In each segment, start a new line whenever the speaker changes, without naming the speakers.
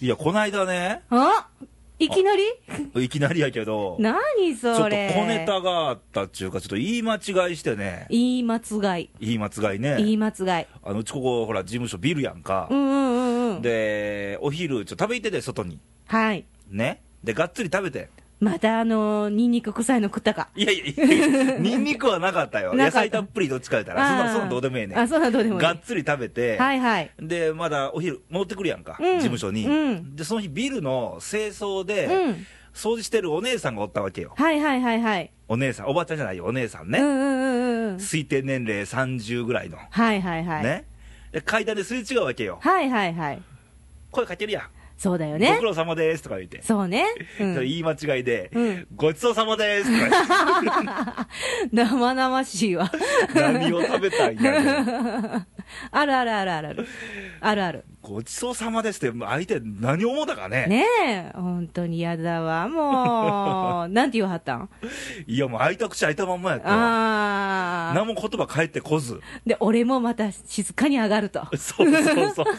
いや、こないだね、
あいきなり
いきなりやけど、
何
ちょっと
そ
小
れ
ネタがあったっちゅうか、ちょっと言い間違いしてね、
言い間違い
言い間違い
言
ね、
い間違い
あのうちここ、ほら、事務所ビルやんか
う、んうんうんうん
で、お昼、ちょっと食べ行ってて、外に、
はい
ね、で、がっつり食べて、
またあのーニンニク臭いの食ったか
いやいやい や、ニンニクはなかったよ、
なか
野菜
った
たっぷりどっちか言ったら、そんな、そんなどうでもええね
あ
ん。
そんなんどうでもいい
がっつり食べて、
はいはい
で、まだお昼、戻ってくるやんか、
うん
事務所に、
うん
で、その日、ビルの清掃
う
で、
ん
掃除してるお姉さんがおったわけよ。
はいはいはいはい
お姉さん、おばちゃんじゃないよ、お姉さん
うんう
ね。
んうんうん
推定年齢30ぐらいの。
はいはいはい
ね。で階段ですれ違うわけよ。
はいはいはい
声かけるやん。
そうだよ
ご
ね
苦労様ですとか言って。
そうね、う
それ
ん、
言い間違いで、
うん
ごちそうさまですとか言って
生々しいわ
何を食べたんやねん
あるあるあるあるあるあるある
ごちそうさまですって、相手何を思ったかね。
ねえ本当に嫌だわ もうなんて言わはったん
いや、もう開いた口開いたまんまやったよ。
ああ
何も言葉返ってこず。
で俺もまた静かに上がると
そうそうそう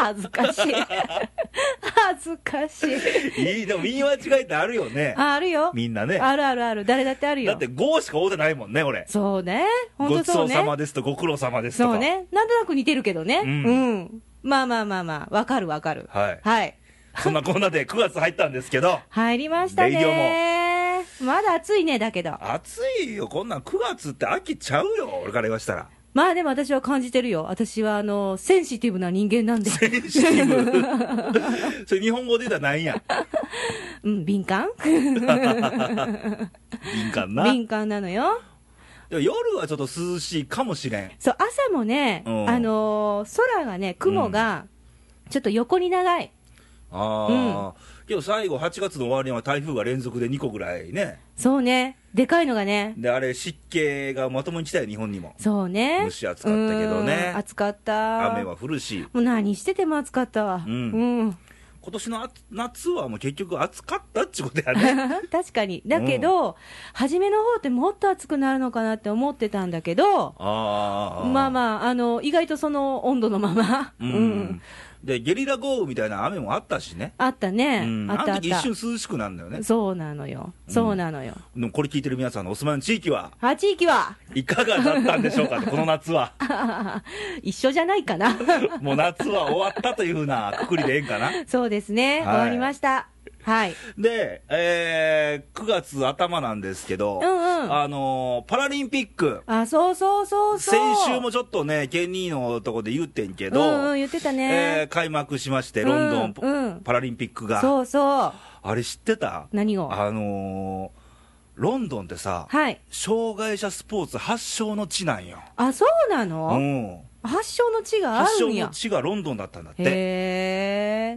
恥ずか しい恥ずかしい
そう。いい、でも言い間違いってあるよね。
ああるよ
みんなね。
あるあるある誰だってあるよ
だって、5しか会うてないもんね、俺。
そうね本
ご
当
ち
そ
そうう
ね
さまですとご苦労様ですとか。
そうねなんとなく似てるけどね
う
うんん、まあまあまあまあわかるわかる
はい
はい
そんなこんなで9月入ったんですけど、
入りました
レイディオ
ねまだ暑いねだけど
暑いよ、こんなん9月って秋ちゃうよ、俺から言わした ら。
まあでも私は感じてるよ私はあのセンシティブな人 間なんで
センシティブ。 それ日本語で言うたらなんや。
うん敏感
敏感な。
敏感なのよ
でも夜はちょっと涼しいかもしれん。
そう朝もね、
うん
あのー空がね雲がちょっと横に長い
ああ、けど最後8月の終わりには台風が連続で2個ぐらいね。
そうねでかいのがね
で、あれ湿気がまともに来たよ、日本にも。
そうね
蒸し暑かったけどね
うん暑かった
雨は降るし。
もう何してても暑かったわ
う
うんん、
今年の暑夏はもう結局暑かったっちゅうことや ね。
確かにだけど、初めの方ってもっと暑くなるのかなって思ってたんだけど
ああ。
まあまああの意外とその温度のまま、
うんで、ゲリラ豪雨みたいな雨もあったしね。
あったね、
うん、
あった
あ
あ
の
っ
時一
た
瞬涼しくなるんだよね。
そうなのよ
うん
そうなのよ、
でもこれ聞いてる皆さんのお住まいの地域は、
あ地域はい
かがだったんでしょうか、この夏 は。
一緒じゃないか な
もう夏は終わったというふうなくくりでええんかな。
そうです
は
ね、
い
終わりましたはい
で、えー、9月頭なんですけど、
うんうん
あのーパラリンピック、
あそうそうそうそう
先週もちょっとね、ケニーのとこで言ってんけど、
うんうん言ってた
えー
ね、
開幕しまして、ロンドン、
うんうん
パラリンピックが。
そうそう
あれ知ってた
何を
あのーロンドンってさ、
はい
障害者スポーツ発祥の地なんよ。
あそうな
う
の、
ん。
発祥の地があ
発
る
祥
んや
の地がロンドンだったんだって。
へ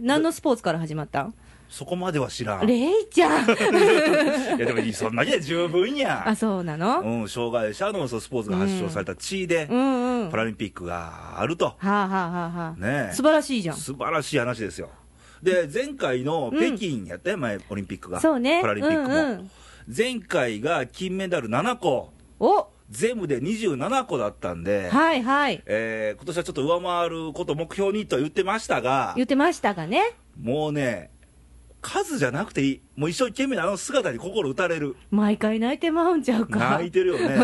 え何のスポーツから始まったん
そこまでは知らん。い
レイち ゃん
や、でもいい、そんなには十分や
あ。そうなの
うん、障害者のそうスポーツが発祥された地で
う、んうん
パ
は
ラリンピックがあると。
あ、はあはあはあ、
ねえ
素晴らしいじゃん
素晴らしい話ですよ。で、前回の北京やったよ、前、オリンピックが。
そうね
パラリンピックも。
うんうん
前回が金メダル7個、
お
全部で27個だったんで、
はいはい
えー今年はちょっと上回ることを目標にとは言ってましたが
言、ってましたがね
もうね、数じゃなくていい、もう一生懸命あの姿に心打たれる、
毎回泣いてまうんちゃ うか
泣いてるよね、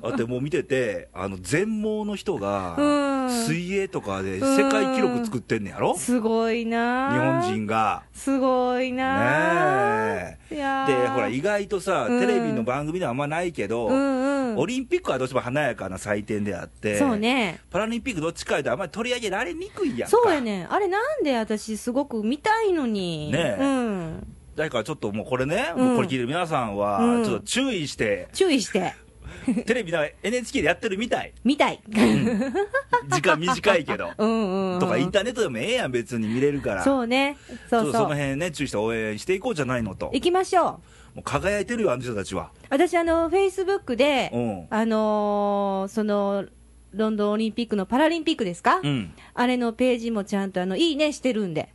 だってもう見てて、あの全盲の人が
うん
水泳とかで世界記録作ってんねやろ、日
すごいな
本人が。
すごいな
ね
いや
え
ー
で、ほら、意外とさ、
うん
テレビの番組ではあんまないけど、
うんう
オ
ん
リンピックはどうしても華やかな祭典であって、
そうね
パラリンピックどっちかいうと、あんまり取り上げられにくいやんか。
そうやねんあれなんで私すごく見たいのに
ねえ
うん
だからちょっともうこれね、
うん
もうこれ聞いてる皆さんは、
うん
ちょっと注意して、
注意して
テレビな NHK でやってるみたい。
見たい
時間短いけど。
うんうんうん
とか、インターネットでもええやん、別に見れるから。
そうねそ
ちょ
う
っと
そ
の
う
辺ね、注意して応援していこうじゃないのと。
行きましょう
もう輝いてるよ、あの人たちは。
私あのフェイスブックで、
うん。
あのーそのロンドンオリンピックのパラリンピックですか、
うん。
あれのページもちゃんとあのいいねしてるんで、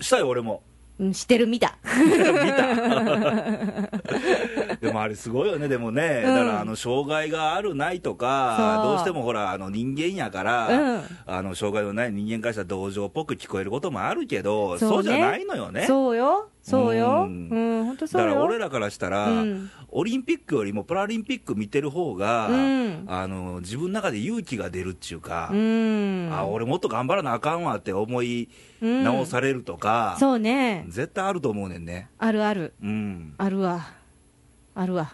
したよ、俺も。
うん、してる見た
見た。 でもあれすごいよね、でもね、
うん
だからあの障害があるないとか、
そう
どうしてもほら、あの人間やから、
うん
あの障害のない人間からしたら同情っぽく聞こえることもあるけど、
そ
そう
ね
うじゃないのよね。
そうよ、そうよ、う
うん
ん、本当そ
だ
う
から俺
よ。
らからしたら、
うん
オリンピックよりもパラリンピック見てる方が、
うん
あの自分の中で勇気が出るっていうか、
うん、
あ俺もっと頑張らなあかんわって思い
うん
直されるとか、
そうね、
絶対あると思うねんね、
あるある、
うん、
あるわ、あるわ。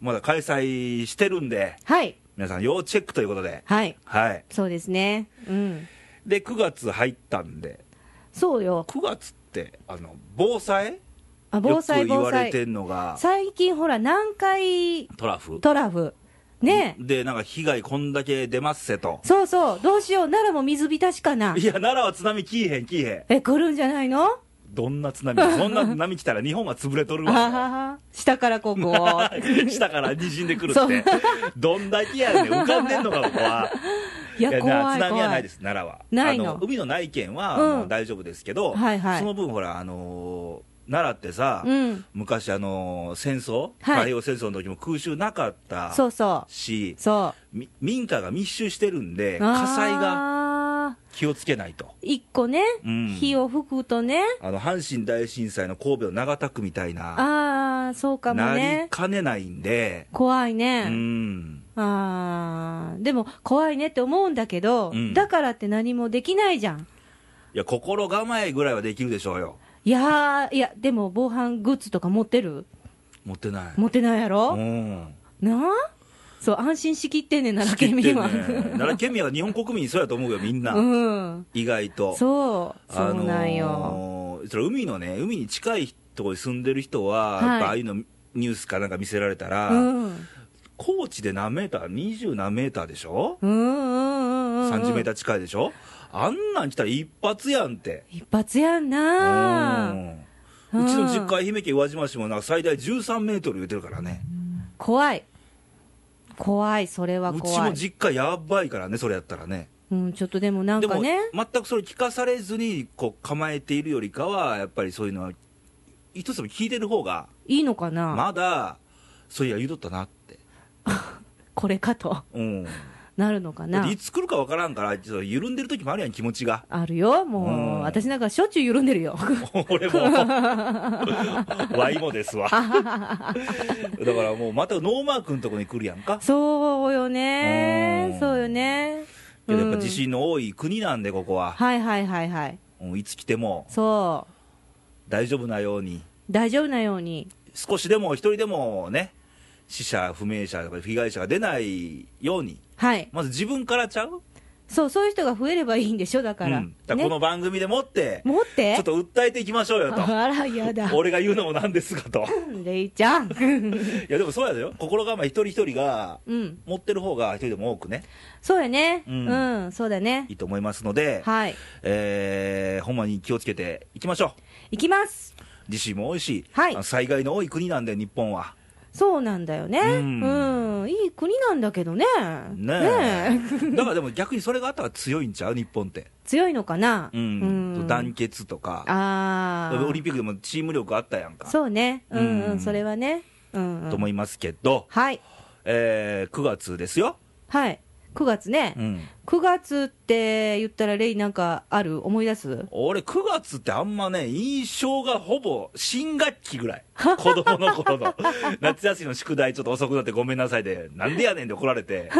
まだ開催してるんで、
はい、
皆さん、要チェックということで、
はい、
はい、
そうですね。うん、
で9月入ったんで、
そうよ。
9月ってあの防災
あ、防災、
よく言
防
われて
災。
るのが
最近ほら、南海
トラフ、
トラフ。ね
で、なんか被害こんだけ出ますせと、。
そうそう、どうしよう、奈良も水浸しかない
や、奈良は津波来いへん、来いへん。
え、来るんじゃないの
どんな津波、そんな津波来たら日本は潰れとる
あは
わ。
は下からこう、こう。
下から滲んでくる
そ
っ
う
て、どんだけやねん、浮かんでんのか、ここは。
いや、
な
怖
津
い、
波は
怖
ない
い
で。す、奈良は。
ないの
あの海のない県は、
うん
もう大丈夫ですけど、
はいはい
その分、ほら、あのー奈良ってさ、
うん。
昔、あのー戦争、
はい
太平洋戦争の時も空襲なかった
そうそう。
し、
そ
み民家が密集してるんで、
う。
火災が
が。
気をつけないと。
一個ね、
うん
火を吹くとね。
あの阪神大震災の神戸の長田区みたいな、
ああ、そうかも
なり
ね。
かねないんで、
怖いうね。
ん、
ああ、でも怖いねって思うんだけど、
うん
だからって何もできないじゃん。
いや、心構えぐらいはできるでしょうよ、
いやー、いや、でも防犯グッズとか持ってる
持ってない。
持ってないや
う
ろ、
ん、
なあそう、安心しきってんねん、奈良
知ってんね
県民は。
奈良県民は日本国民そうやと思うよ、みんな、
うん。
意外と。
そう、そ
あの
う
ー
なんよ。
それ海のね、海に近いとこに住んでる人は、
はい
やっぱああいうのニュースかなんか見せられたら、
うん。
高知で何メーター、20何メーターでしょ、
うんうんうんうん。
30メータ
ー。
ー近いでしょ、あんなん来たら一発やんって。
一発やんな
う
うんん
うちの実家、愛媛県宇和島市もなんか最大13メートル言うてるからね、
怖い。怖い、それは
うち
怖い
も。実家やばいからね、それやったらね、
うん、ちょっとでもなん
で
か
も
ね。
全くそれ聞かされずにこう構えているよりかは、やっぱりそういうのは、一つも聞いてる方が、
いいのかな、
まだ、そういや、言うとったなって、
これかと
うん、
なるのか
だっ
な、
ていつ来るかわからんから、ちょっと緩んでる時もあるやん、気持ちが
あるよ、
うん
もう、私なんかしょっちゅう緩んで るよ。
俺も、ワイもです わ、だからもう、またノーマークのとこに来るやんか。
そうよね、
うん
そうよね。
けどやっぱ
うん
地震の多い国なんで、ここは、
はいはいはいはい。
うんいつ来ても
そ
大丈夫なように、
う。大丈夫なように。
少しでも一人でもね、死者、不明者とか被害者が出ないように、
はい。
まず自分からちゃう
そう、そういう人が増えればいいんでしょ、だから。
うんだからこの
ね、
番組でもって、
持っ
ち
て
ょっと訴えていきましょうよと、
あら、やだ。
俺が言うのもなんですがと、
レイちゃん。
いや、でもそうやでよ、心構え一人一人が
うん。
持ってる方が一人でも多くね、
そうやね。
う
うんん、そうだね
い。いと思いますので、
はい。
えー、ほんまに気をつけていきましょ
いきます。
う、地震も多いし、
はい
あの災害の多い国なんで、日本は。
そうなんだよね。
う
うんん。いい国なんだけどね。
ねえだからでも逆にそれがあったら強いんちゃう日本って、
強いのかな。
うん団結とか
ああ。
オリンピックでもチーム力あったやんか
そうね。うん
う
うんん、それはね。うん、うん。
と思いますけど、
はい。
えー、9月ですよ、
はい。9月ね。
うん、
9月って言ったら、レイなんかある思い出す
俺9月ってあんまね印象がほぼ新学期ぐらい子供の頃の 夏休みの宿題ちょっと遅くなってごめんなさいでなんでやねんって怒られて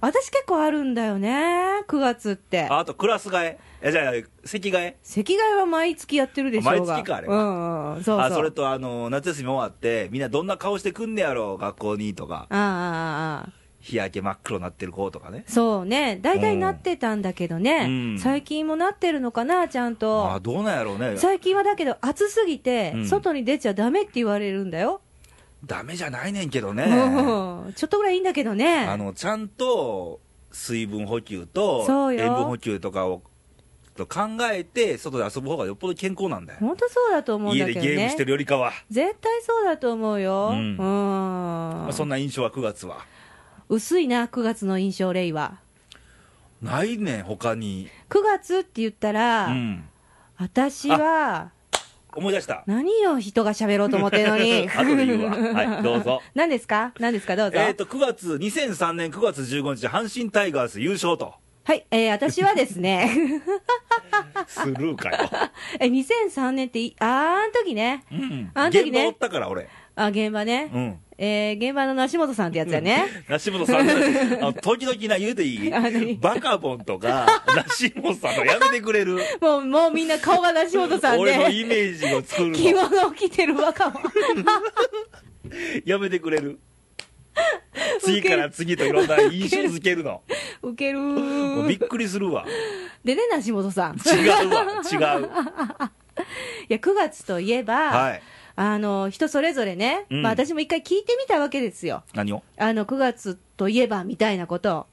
私結構あるんだよね。9月って。
あとクラス替えいやじゃあ席替え
席替えは毎月やってるでしょうが。
毎月かあれ
う
は
んうん。そうそう。
あそれとあの夏休み終わってみんなどんな顔してくんねやろう学校にとか
ああああああ。
日焼け真っ黒なってる子とかね
そうね。大体なってたんだけどね。
うん
最近もなってるのかな、ちゃん
ああ
と。
どうなんやろうね
最近はだけど、暑すぎて、
うん
外に出ちゃダメって言われるんだよ。
ダメじゃないねんけど
う
ね
んちょっとぐらいいいんだけどね。
あのちゃんと水分補給と
そうよ
塩分補給とかをと考えて外で遊ぶ方がよっぽど健康なんだよ
本当そうだと思うん
家
だけ
で
ど
ゲーム
ね
して。るよりかは、
絶対そうだと思うよ。
う
うんん。
まあそんな印象は9月は
薄いな、9月の印象、レイは。
ないねん他に
9月って言ったら、
うん
私は、
思い出した。
何よ、人が喋ろうと思ってる のに。
後で言 うわはいどうぞ。
何ですか何ですかどうぞ。
えっ、と、9月、2003年9月15日、阪神タイガース優勝と。
はい、えー私はですね、
スルーかよ。
え、2003年ってい、あーあの時ね、
うん。
あの時
現場
ね
おったから、俺。
あ、現場ね、
うん。
えー現場の梨本さんってやつやね。
梨本さん、あの時々な、言うてい
あ何
いバカボンと か、梨本さんのやめてくれる。
もう、もうみんな顔が梨本さ ん
俺の
で、
イメージを作る
着
の。
物を着てる若 者。
やめてくれる。次から次といろんな印象付けるの。
ウケる
もうびっ
ー。
くりするわ。
でね、梨本さん。い
違うわ、違う。
や、9月といえば、
はい。
あの、人それぞれね、
うん
まあ私も一回聞いてみたわけですよ。
何を
あの、9月といえば、みたいなことを。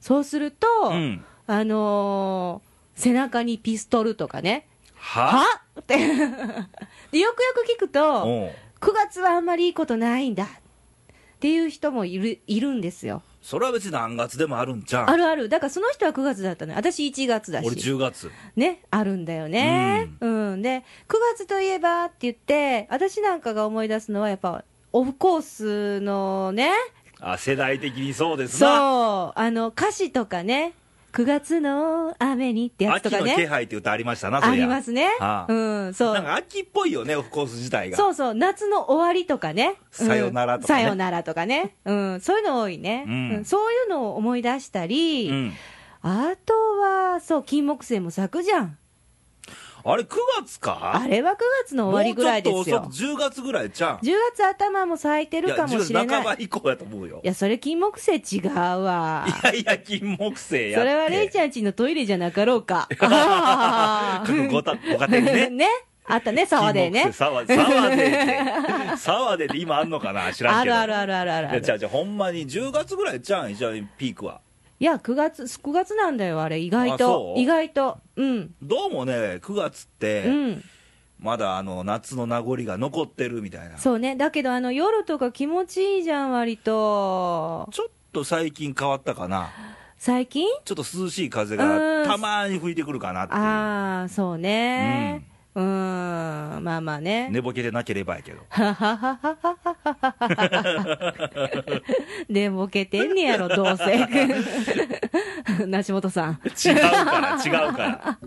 そうすると、
うん。
あのー背中にピストルとかね。
は
はって。 で、よくよく聞くと、
うん。
9月はあんまりいいことないんだ。っていう人もいる、いるんですよ。
それは別に何月でもあるんじゃん。
あるある。だからその人は9月だったのよ。私1月だ
俺
し。
10月。
ね、あるんだよね。うん。で、9月といえばって言って、私なんかが思い出すのはやっぱ、オフコースのね、
あ、世代的にそうですな。
そう、あの、歌詞とかね、9月の雨にってやつと
秋
か
の気
ね、
配って歌ありましたな、そ
あ
りゃ
りますね。
はあ
うん、そ
なん
う。
か秋っぽいよね、オフコース自体が。
そうそう、夏の終わりとかね。うん
さよならとかね
さよならとかね。うん、そういうの多いね。
うん
うんそういうのを思い出したり、
うん
あとは、そう、金木犀も咲くじゃん。
あれ、9月か
あれは9月の終わりぐらいですよ
もう。ちょっと遅く、10月ぐらいじゃん。
10月頭も咲いて
いや
るかもしれ
10月半
な
ば
い。
以降やと思うよ。
いや、それ金木犀違うわ。
いやいや、金木犀やって。
それはレイちゃんちのトイレじゃなかろうか。あ ー
ごたご家庭にね。
ね。あったね、沢でね。
金木犀沢沢でって。沢でって今あんのかな知らん
あ
けど。
るあるあるあるある
い
あ
や、じ
る。
ゃあじゃあほんまに10月ぐらいじゃん、一応ピークは。
いや、9月、9月なんだよ、あれ、意外
あ
と
そ。う
意外と。うん。
どうもね、9月って、
うん。
まだあの夏の名残が残ってるみたいな、ち
そうね。だけど、あの、夜とか気持ちいいじゃん、割と。
ょっと最近変わったかな、
最近
ちょっと涼しい風
う
が
ん
たまに吹いてくるかなっていう
ああ、そうね。うん。まあまあね。
寝ぼけでなければやけど、
はははははははでボケてんね やろ、どうせ。 梨本さん。
違うから、違うから。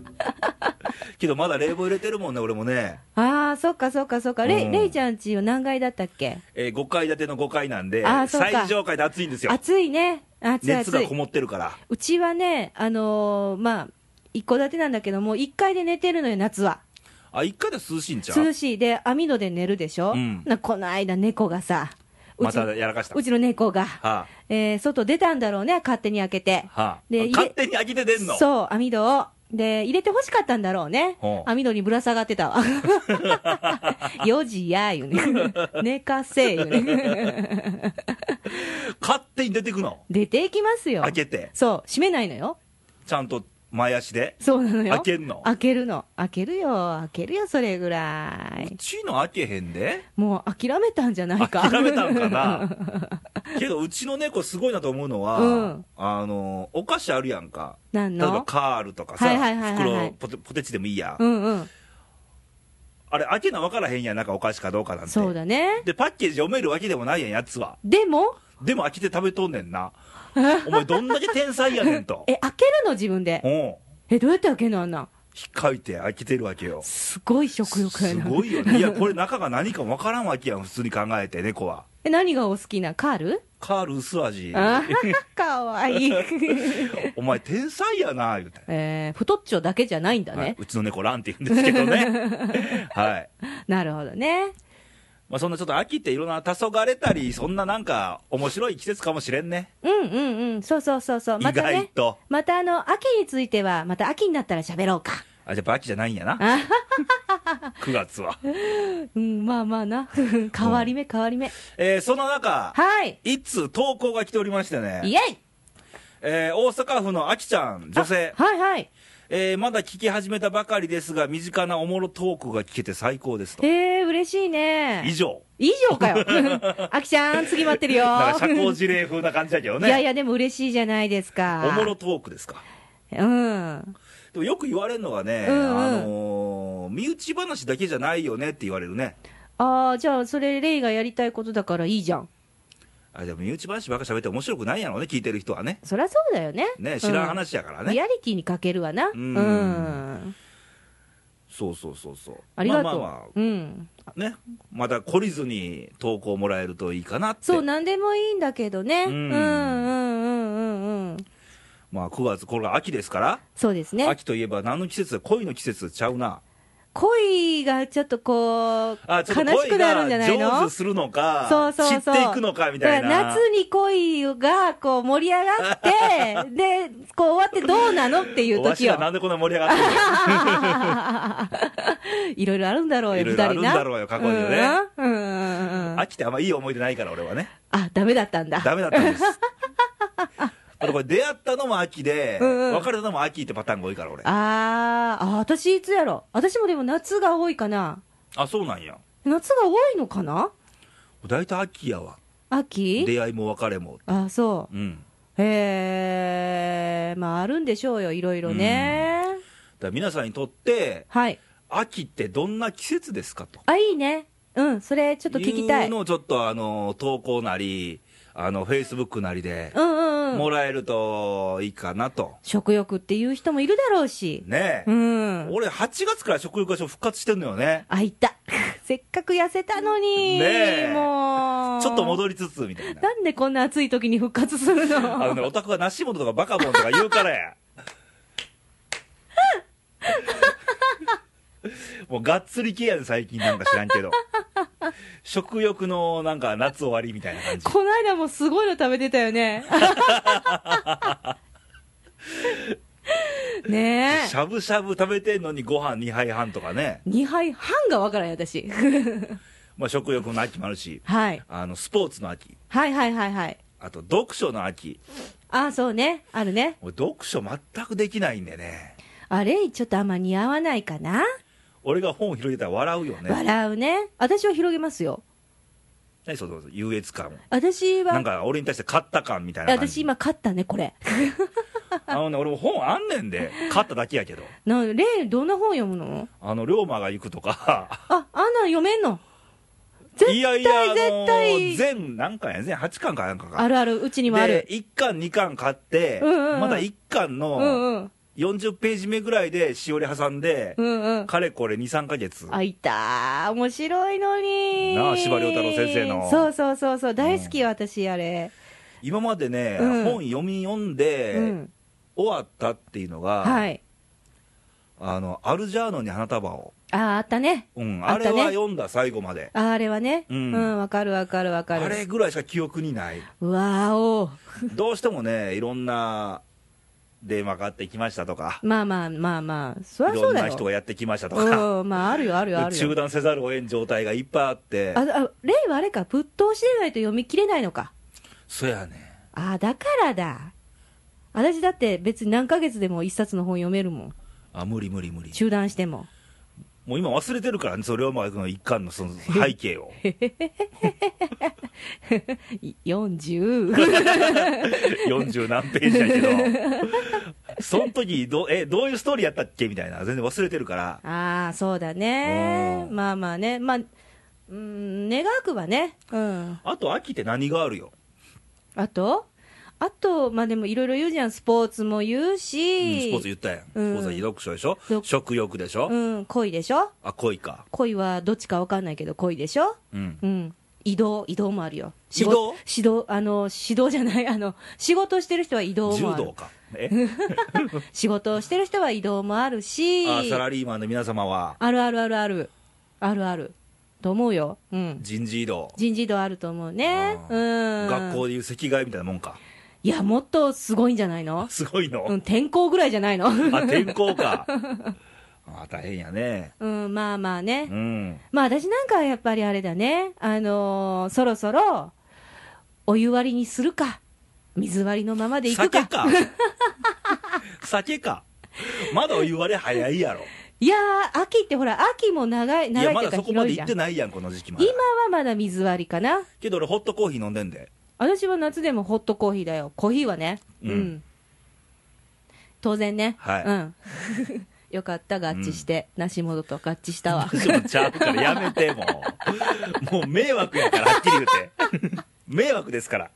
けどまだ冷房入れてるもんね、俺もね、
ああ、そっかそっかそっか。れ
う
い、
ん
れいちゃんちは何階だったっけ
え5階建ての5階なんで
あ、そうか
最上階で暑いんですよ、
暑いね。暑い
熱
暑
が
い
こ。もってるから、
うちはね、あのーまあ、一戸建てなんだけども、一階で寝てるのよ、夏は。
あ1階では涼しいんちゃ
涼
う
しい。で、網戸で寝るでしょ、
うん
なこの間猫がさ、う
ま
ち、
たやらかした。
う
は
ちの猫が、
あ
えー外出たんだろうね、勝手に開けて。
はあ、
で入れ
勝手に飽きて出んの
そう、網戸を。で、入れて欲しかったんだろうね
ほ。う
網戸にぶら下がってたわ。4時や、言う ね。寝かせ、言うね。
勝手に出てくの
出ていきますよ。
開けて
そう、閉めないのよ。
ちゃんと前足で
そうなのよ。
開けんの
開けるの。開けるよ、開けるよ、それぐら
う
い。
ちの開けへんで
もう諦めたんじゃないか。
諦めたんかなけどうちの猫すごいなと思うのは、
うん
あのお菓子あるやんか
なん
例えば
の
カールとかさ、
はいはいはいはいはい
袋ポテポテチでもいいや、
うんうん。
あれ開けな分からへんやんなんかお菓子かどうかなんて
そうだね。
でパッケージ読めるわけでもないやんやつは
でも、
でも開けて食べとんねん なお前どんだけ天才やねんと
え、開けるの自分で
う。ん
え、どうやって開けるのあんな。
ひっかいて開けてるわけよ
すごい食欲や
す
な。
ごいよねいやこれ中が何か分からんわけやん普通に考えて猫は
え、何がお好きなカール
カール薄味
あーかわいい。
お前天才やな言うて、
えー、太っちょだけじゃないんだ
はい
ね。
うちの猫ランって言うんですけど ねはい、
なるほどね。
まあ、そんなちょっと秋っていろんな黄昏れたりそんななんか面白い季節かもしれんね
うんうんうん。そうそうそうそう。また
意外
ね。
と
またあの、秋については、また秋になったら喋ろうか。
あじゃあやっぱ秋じゃないんやな
あ
9月は、
うん、まあまあな。 変わり目変わり目。
えーその中
はい。
一通投稿が来ておりまして
イ
ね、
ェイ
えー大阪府のあきちゃん女性、
はいはい。
えーまだ聞き始めたばかりですが身近なおもろトークが聞けて最高ですと
えー、嬉しい
以
ね。
上
以上かよ。 あきちゃん、次待ってるよ。
なんか社交辞令風な感じだけど
い
ね
やいや、でも嬉しいじゃないですか。
おもろトークですか
うん。
でもよく言われるのがね、
うんうん
あの身内話だけじゃないよねって言われるね
ああ、じゃあ、それ、レイがやりたいことだからいいじゃん。
あじゃあ身内話ばっか喋って面白くないやろうね聞いてる人はね
そりゃそうだよね。
ね知らん話やから
うんリ
ね、
アリティに欠けるわな。うんん。
そうそうそうそう
ありがとう、
まあまあま
うん。
あねまた懲りずに投稿もらえるといいかなって
そう、なんでもいいんだけどね。
う
うんん、うん、うん、うん、うん。
まあ9月これが秋ですから、
そうですね。
秋といえば何の季節恋の季節ちゃうな
恋がちょっとこう、
あ
悲
ちょっと
し
恋
くなる
が
んじゃない
上
の
手するのか
そうそうそう
散っていくのかみたい
だか
な
ら夏に恋がこう盛り上が って、で、こう終わってどうなのっていう
わし
時
ら
よ。
なんでこんな盛り上がってるの
いろいろあるんだろうよ、
いろ
二
いろ
人
あ
な。
るんだろうよ過去にはね
うん。うんうんうんう ん。
秋ってあんまいい思い出ないから俺はね
あ、ダメだったんだ。
ダメだったん ですあとこれ出会ったのも秋で、
うんうん
別れたのも秋ってパターンが多いから俺あ
あーあ、私いつやろ。私もでも夏が多いかな。
そうなんや
夏が多いのかな
大体秋やわ
秋
出会いも別れも
あ、そう。
うん
へえ、まああるんでしょうよ、いろいろね。
だから皆さんにとって
はい。
秋ってどんな季節ですかと
あ、いいね。うん、それちょっと聞きた
う
い。うん
のをちょっとあの投稿なりあのフェイスブックなりで
うんう
も
ん。
らえるといいかなと、
食欲っていう人もいるだろうし。
ねえ、
うん。
俺8月から食欲が復活してんのよね
あ、いた。 せっかく痩せたのに。
ねえ
もう。
ちょっと
る。
戻りつつみ たいな
なんでこんな暑い時に復活するの
あのねオタクがなしものとかバカボンとか言うから やもうがっつり系やで最近なんか知らんけど食欲のなんか夏終わりみたいな感じ
この間もすごいの食べてたよね。 ね
しゃぶしゃぶ食べてんのにご飯2杯半とかね、
え。2杯半がわからんよ、私。
まあ、食欲の秋もあるし
はい。
あのスポーツの秋
はいはいはいはい。
あと読書の秋
ああ、そうね。あるね。
俺読書全くできないんでね
あれちょっとあんま似合わないかな、
俺が本を広げたら笑うよね
笑うね。私は広げますよ。
何その優越感
私
なん
は、
か俺に対して勝った感みたいな感
私
じ
今買ったね、これ。
あのね俺も本あんねんで勝っただけやけど
な、レイ、どんな本読むの
あの龍馬が行くとか
あ、あんなん読めんの
いやいやあの
絶対
全何巻や全8巻かなんか
あ
か
るある、うちにもあ
で
る。
1巻2巻買って、
うんうんうん
まだ1巻
う
の
んうん。
40ページ目ぐらいでしおり挟んで、
うんうん。
かれこれ23か月
あいたー面白いのに
なあ司馬遼太郎先生の
そうそうそうそう大好きよ、私あれ
今までね、
うん
本読み読んで、
うん
終わったっていうのが、
はい
あのアルジャーノンに花束を、
あーあったね
うん、
あ
あ
っ
れ
たね
は読んだ最後まで
あーあれはね
う
うんんわ、かるわかるわかる
あれぐらいしか記憶に ない
わーお
どうしてもねいろんな電話があってきましたとか
まあまあまあまあそりゃ
い
そ
ろ
うん
な
だよ
人がやってきましたとか
うんまああるよあるよある
中
よ
断せざるを得ん状態がいっぱいあって
ああレイはあれかぶっ通しでないと読み切れないのか
そやね
ああだからだ私だって別に何ヶ月でも一冊の本読めるもん
あ無理無理無理
中断しても
もう今忘れてるからねそれをまあの一巻の その背景を
い40
40何ページや けどその時どえどういうストーリーやったっけみたいな全然忘れてるから
ああそうだね
うん
まあまあねまあうん願わくばねうん
あと秋って何があるよ
あとあとまあでもいろいろ言うじゃんスポーツも言う
うんス
し、
ポーツ言ったやん、
うん
スポーツは読書でしょ
読
食欲でしょ、
うん恋でしょ
あ恋か
恋はどっちかわかんないけど恋でしょ
うん
うん移動移動もあるよ
移動
仕事指導あの指導じゃないあの仕事をしてる人は移動
柔
もあ
道
る
かえ
仕事をしてる人は移動もあるし
あサラリーマンの皆様は
あるあるあるあるあるあると思うようん
人事異動、
人事異動あると思うね
あ
うん
学校でいう席替えみたいなもんか
いや、もっとすごいんじゃないの
すごいの、
うん、転校ぐらいじゃないの
あ 転校か あ大変やね
うん、まあまあね
う。ん
まあ私なんかはやっぱりあれだね。あのーそろそろ、お湯割りにするか、水割りのままでいく
酒
か。
か 酒かまだお湯割れ早いやろ
いやー、秋ってほら、秋も長い、
い
長
や
いっ
ま
ていう
だ
か
そこま
広
で
いじ
行
ゃ
って
ん。今は
ないやんこの時期まだ
まだ水割りかな。
けど俺ホットコーヒー飲んでんで
私は夏でもホットコーヒーだよ。コーヒーはね。
うん
当然ね。
はい
うん。 よかった、合致して、梨本と合致し たわ。
私もちゃうからやめてもうもう迷惑やからはっきり言って迷惑ですから、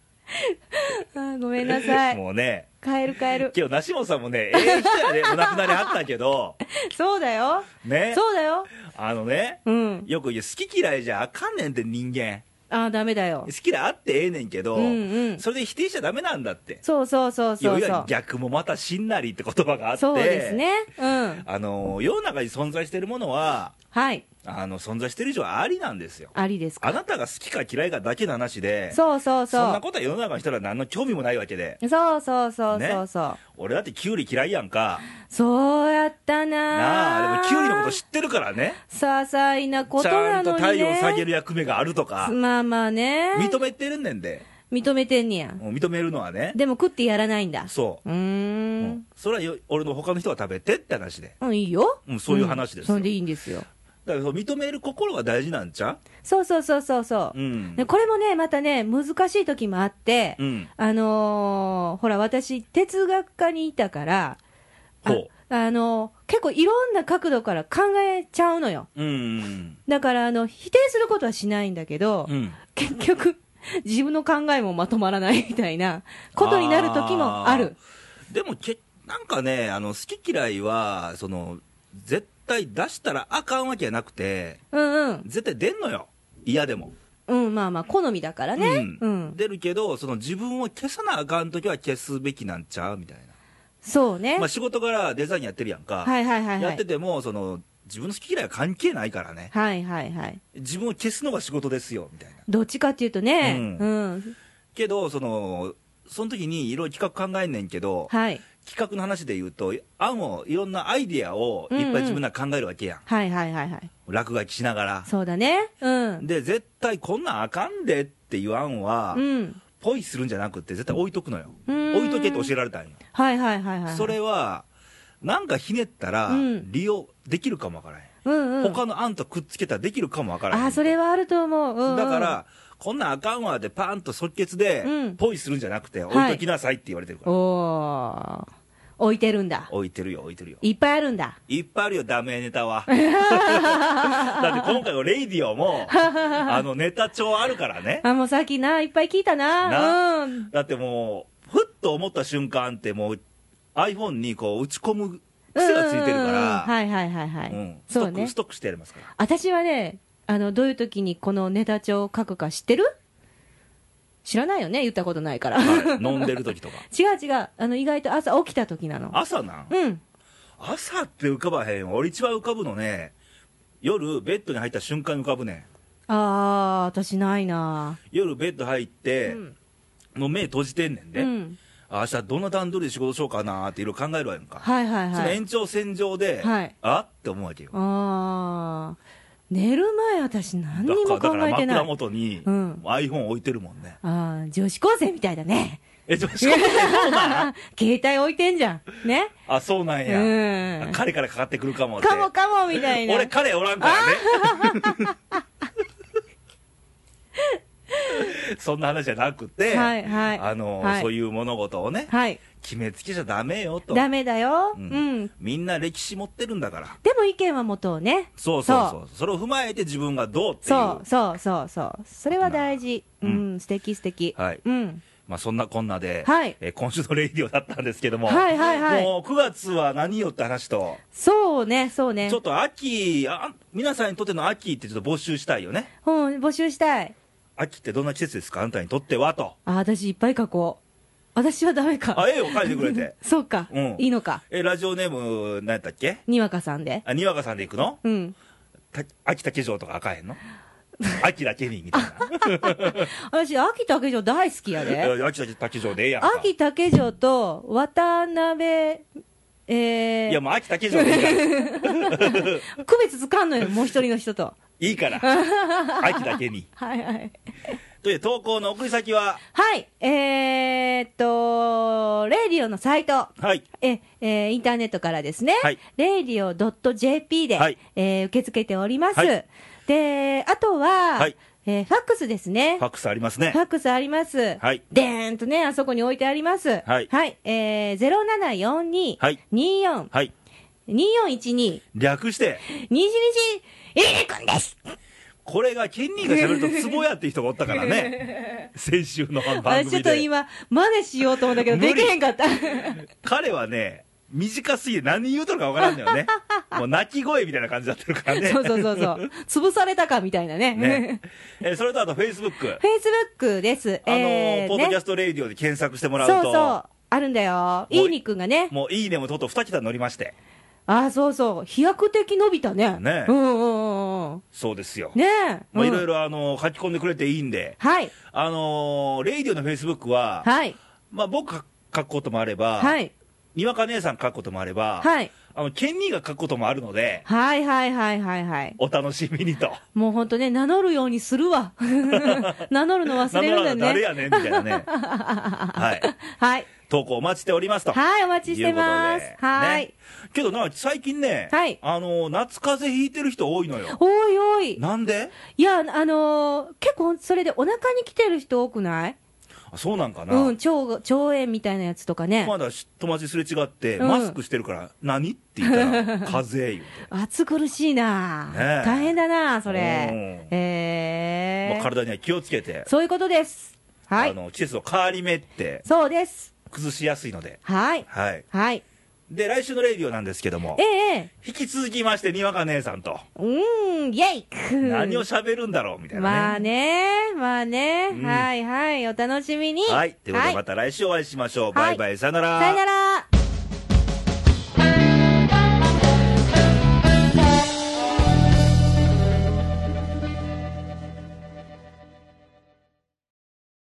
あーごめんなさい。
もうね
変える変える。
今日梨本さんもねええ人やでお亡くなりあったけど
そうだよ。
ね
そうだよ。
あのね
うん。
よく言う好き嫌いじゃあかんねんって人間
ああ、ダメだよ
好。き嫌いあってええねんけど、
うんうん
それで否定しちゃダメなんだって
そうそうそう
いやい
そ
うわゆ
そ
る
う。
逆もまたしんなりって言葉があって
そうですね。うん。
あの世の中に存在しているものは
はい。
あの存在している以上ありなんですよ
ありです
あ
か。
なたが好きか嫌いかだけの話で
そうそう
そん
そ
なことは世の中の人ら何の興味もないわけで
う。そうそうそうそうそう。
俺だってキュウリ嫌いやんか
そうやったな
なあでもキュウリのこと知ってるからね
些細なこ
ち
と
ゃ
なん
と
のにね。
体温下げる役目があるとか
まあまあね。
認めてるねんで
認めてんねや。
もう認めるのはね
でも食ってやらないんだ。
そう
ー
う、うんん。それはよ俺の他の人が食べてって話で
うん、いいよ。
うんそういう話ですよ
んそれでいいんですよ。
だからそう認める心が大事なんちゃ
そうそうそうそうそうう。
うん
でこれもね、またね、難しい時もあって、
うん
あのーほら、私、哲学科にいたから、あ
ほう
あのー結構いろんな角度から考えちゃうのよ。
うん
だから、あの、否定することはしないんだけど、
うん
結局、自分の考えもまとまらないみたいなことになる時もある。
でもけなんかねあの好き嫌いはその絶対出したらあかんわけじゃなくて
うんうん。
絶対出んのよ嫌でも、
うん、まあまあ、好みだからね。うん。
うん、出るけどその自分を消さなあかん時は消すべきなんちゃうみたい
そうね。
な、まあ、仕事からデザインやってるやんか、
はいはいはいはい。
やっててもその自分の好き嫌いは関係ないからね
はいはいはい。
自分を消すのが仕事ですよみたいな
どっちかっていうとね、
うん
うん。
けどそのその時にいろいろ企画考えんねんけど、
はい。
企画の話で言うと案をいろんなアイディアをいっぱい自分ら考えるわけやん、
はいはいはいはい。
落書きしながら
そうだね。うん。
で絶対こんなんあかんでっていう案は、
うん。
ポイするんじゃなくて絶対置いとくのよ
うん
置いとけって教えられたんよ
はいはいはいはい。
それはなんかひねったら
うん
利用できるかもわからへん、
うんうん。
他の案とくっつけたらできるかもわからへん
ああ、それはあると思う。うんうん、
だから、こんなんあかんわでパーンと即決で
うん
ポイするんじゃなくて
は
置
い
いときなさいって言われてるから、
おー。置いてるんだ。
置いてるよ置いてるよ
いっぱいあるんだ。
いっぱいあるよ、ダメネタ は。だって今回のレイディオ も、あのネタ帳あるからね。
あ、もうさっきな、いっぱい聞いたな。
な
うん。
だってもう、ふっと思った瞬間ってもう、iPhone にこう打ち込む癖がついてる
うんうんうんうん
か
はいはいはいは
ら、
い。
うんスト
そう
ック、
ね
ス。トックしてやりますから。
私はね、あの、どういう時にこのネタ帳を書くか知ってる知らないよね言ったことないから。
はい飲んでる時とか。
違う違う。あの、意外と朝起きた時なの。
朝なん
うん。
朝って浮かばへんわ俺一番浮かぶのね、夜ベッドに入った瞬間に浮かぶねん。
あー、私ないな
夜ベッド入って、
うん
もう目閉じてんねんで、
うん。
あ明日どんな段取りで仕事しようかなーっていろいろ考えるわやんか。
はいはい
その
はい。
延長線上で、
はい
あって思うわけよ。
あー。寝る前私何にも
だか
考
ら
えてな
枕
い。
元に、
うん
iPhone 置いてるもんね。
あー、女子高生みたいだね。
え、女子高生そうなん
携帯置いてんじゃん。ね。
あ、そうなんや。
うん
彼からかかってくるかもって。
かもかもみたいな。
俺彼おらんからね。 そんな話じゃなくて、
はいはい
あの、
はい
そういう物事をね、
はい。
決めつけちゃダメよと。
ダメだよ。
う
うんん。
みんな歴史持ってるんだから。
でも意見は持とうね。
そうそうそう。それを踏まえて自分がどうっていう。
そうそうそうそう。それは大事。
う
うんん、素敵素敵。
はい
うん。
まあ、そんなこんなで、
はい
えー今週のレイディオだったんですけども、
はいはいはい
もう9月は何よって話と、
そうね、そうね。
ちょっと秋あ、皆さんにとっての秋ってちょっと募集したいよね、
うん、募集したい。
秋ってどんな季節ですか、あなたにとってはと、
あ、私いっぱい書こう。私はダメか。、
あ絵を描いてくれて
そうか。
うん
いいのか。
えラジオネーム、何やったっけ、
にわかさんで。
あにわかさんで行くの、
うん。
た秋竹城とか赤へんの、秋だけにみたい
私、秋竹城大好きや
な、
で。
え秋竹城でええやんか、
秋竹城と渡辺、え
い
ー、
や、もう秋竹城でいいから、
区別つかんのよ、もう一人の 人と。
いいから、 秋だけに。
はいはい。
という投稿の送り先は、
はい、えー、っと、レディオのサイト。
はい、
え、えーインターネットからですね、
はい
radio.jp で、
はい
えー受け付けております。
はい
で、あとは、
はい
えーファックスですね。
ファッ
フ
クスありますね。
ァックスあります。
はい
でーんとね、あそこに置いてあります。
はい
えー、0742、
はい
24、
はい。
2412、
略して、
にじにじ、いりくんです
これがケンニーが喋るとツボやって人がおったから ね、先週の番
私ちょ
組
っと
で。
今、真似しようと思ったけど、
無理
できへんか った。
彼はね、短すぎて何言うとるかわからんのよね。もう泣き声みたいな感じになってるからね。
そうそうそうそう。潰されたかみたいなね。
ね。えーそれとあと、フェイスブック。
Facebook です。
あのー
えー
ポッドキャ
ね
ストレイディオで検索してもらうと、
そうそう。あるんだよ。
もう
いいにくんがね。
もういいねもとうとう2桁乗りまして、
ああ、そうそう。飛躍的伸びたね。
ね
うんうんうんうん。
そうですよ。
ねえ。
まあ、いろ
う
い
ん。
ろ、あのー書き込んでくれていいんで、
はい。
あのーレイディオのフェイスブックは、
はい。
まあ、僕が書くこともあれば、
はい。
にわか姉さん書くこともあれば、
はい。
あのケンニーが書くこともあるの で、
はいはいはいはいはい。
お楽しみにと。
もう本当ね、名乗るようにす るわ。名乗るの忘れるんだ
名乗ら
よ
な誰
ね。
やねんみたいな ね。はい。
はい。
投稿お待ちしておりますと。
はい、お待
い
ち
うこ
し
とで
てます。はい
ね。。けどな、最近ね、
はい
あのー夏風邪ひいてる人多いのよ。
おいおい。
なんで
いや、あのー結構それでお腹に来てる人多くない
あそうなんかな。
うん、腸が、腸炎みたいなやつとかね。
まだ友達すれ違って、
うん
マスクしてるから、何って言った ら、風邪言うて、
暑苦しいな、
ねえ
大変だなそ
うん
れ。え
まあ
ー
体には気をつけて、
そういうことです。は
あ
い。
の季節の変わり目って、
そうです。
崩しやすいので、
はい。
はい、
はい。
で来週のレイディオなんですけども
え、え
引き続きまして、にわか姉さんと、
ええうーん、イェイ
何を喋るんだろうみたい
ま
な
あ
ね。
ね、まあね、
うん
はいはい、お楽しみに。
はい、ということで、ま
は
た来週お会いしましょう。
はい
バイバイ、さよな
さよなら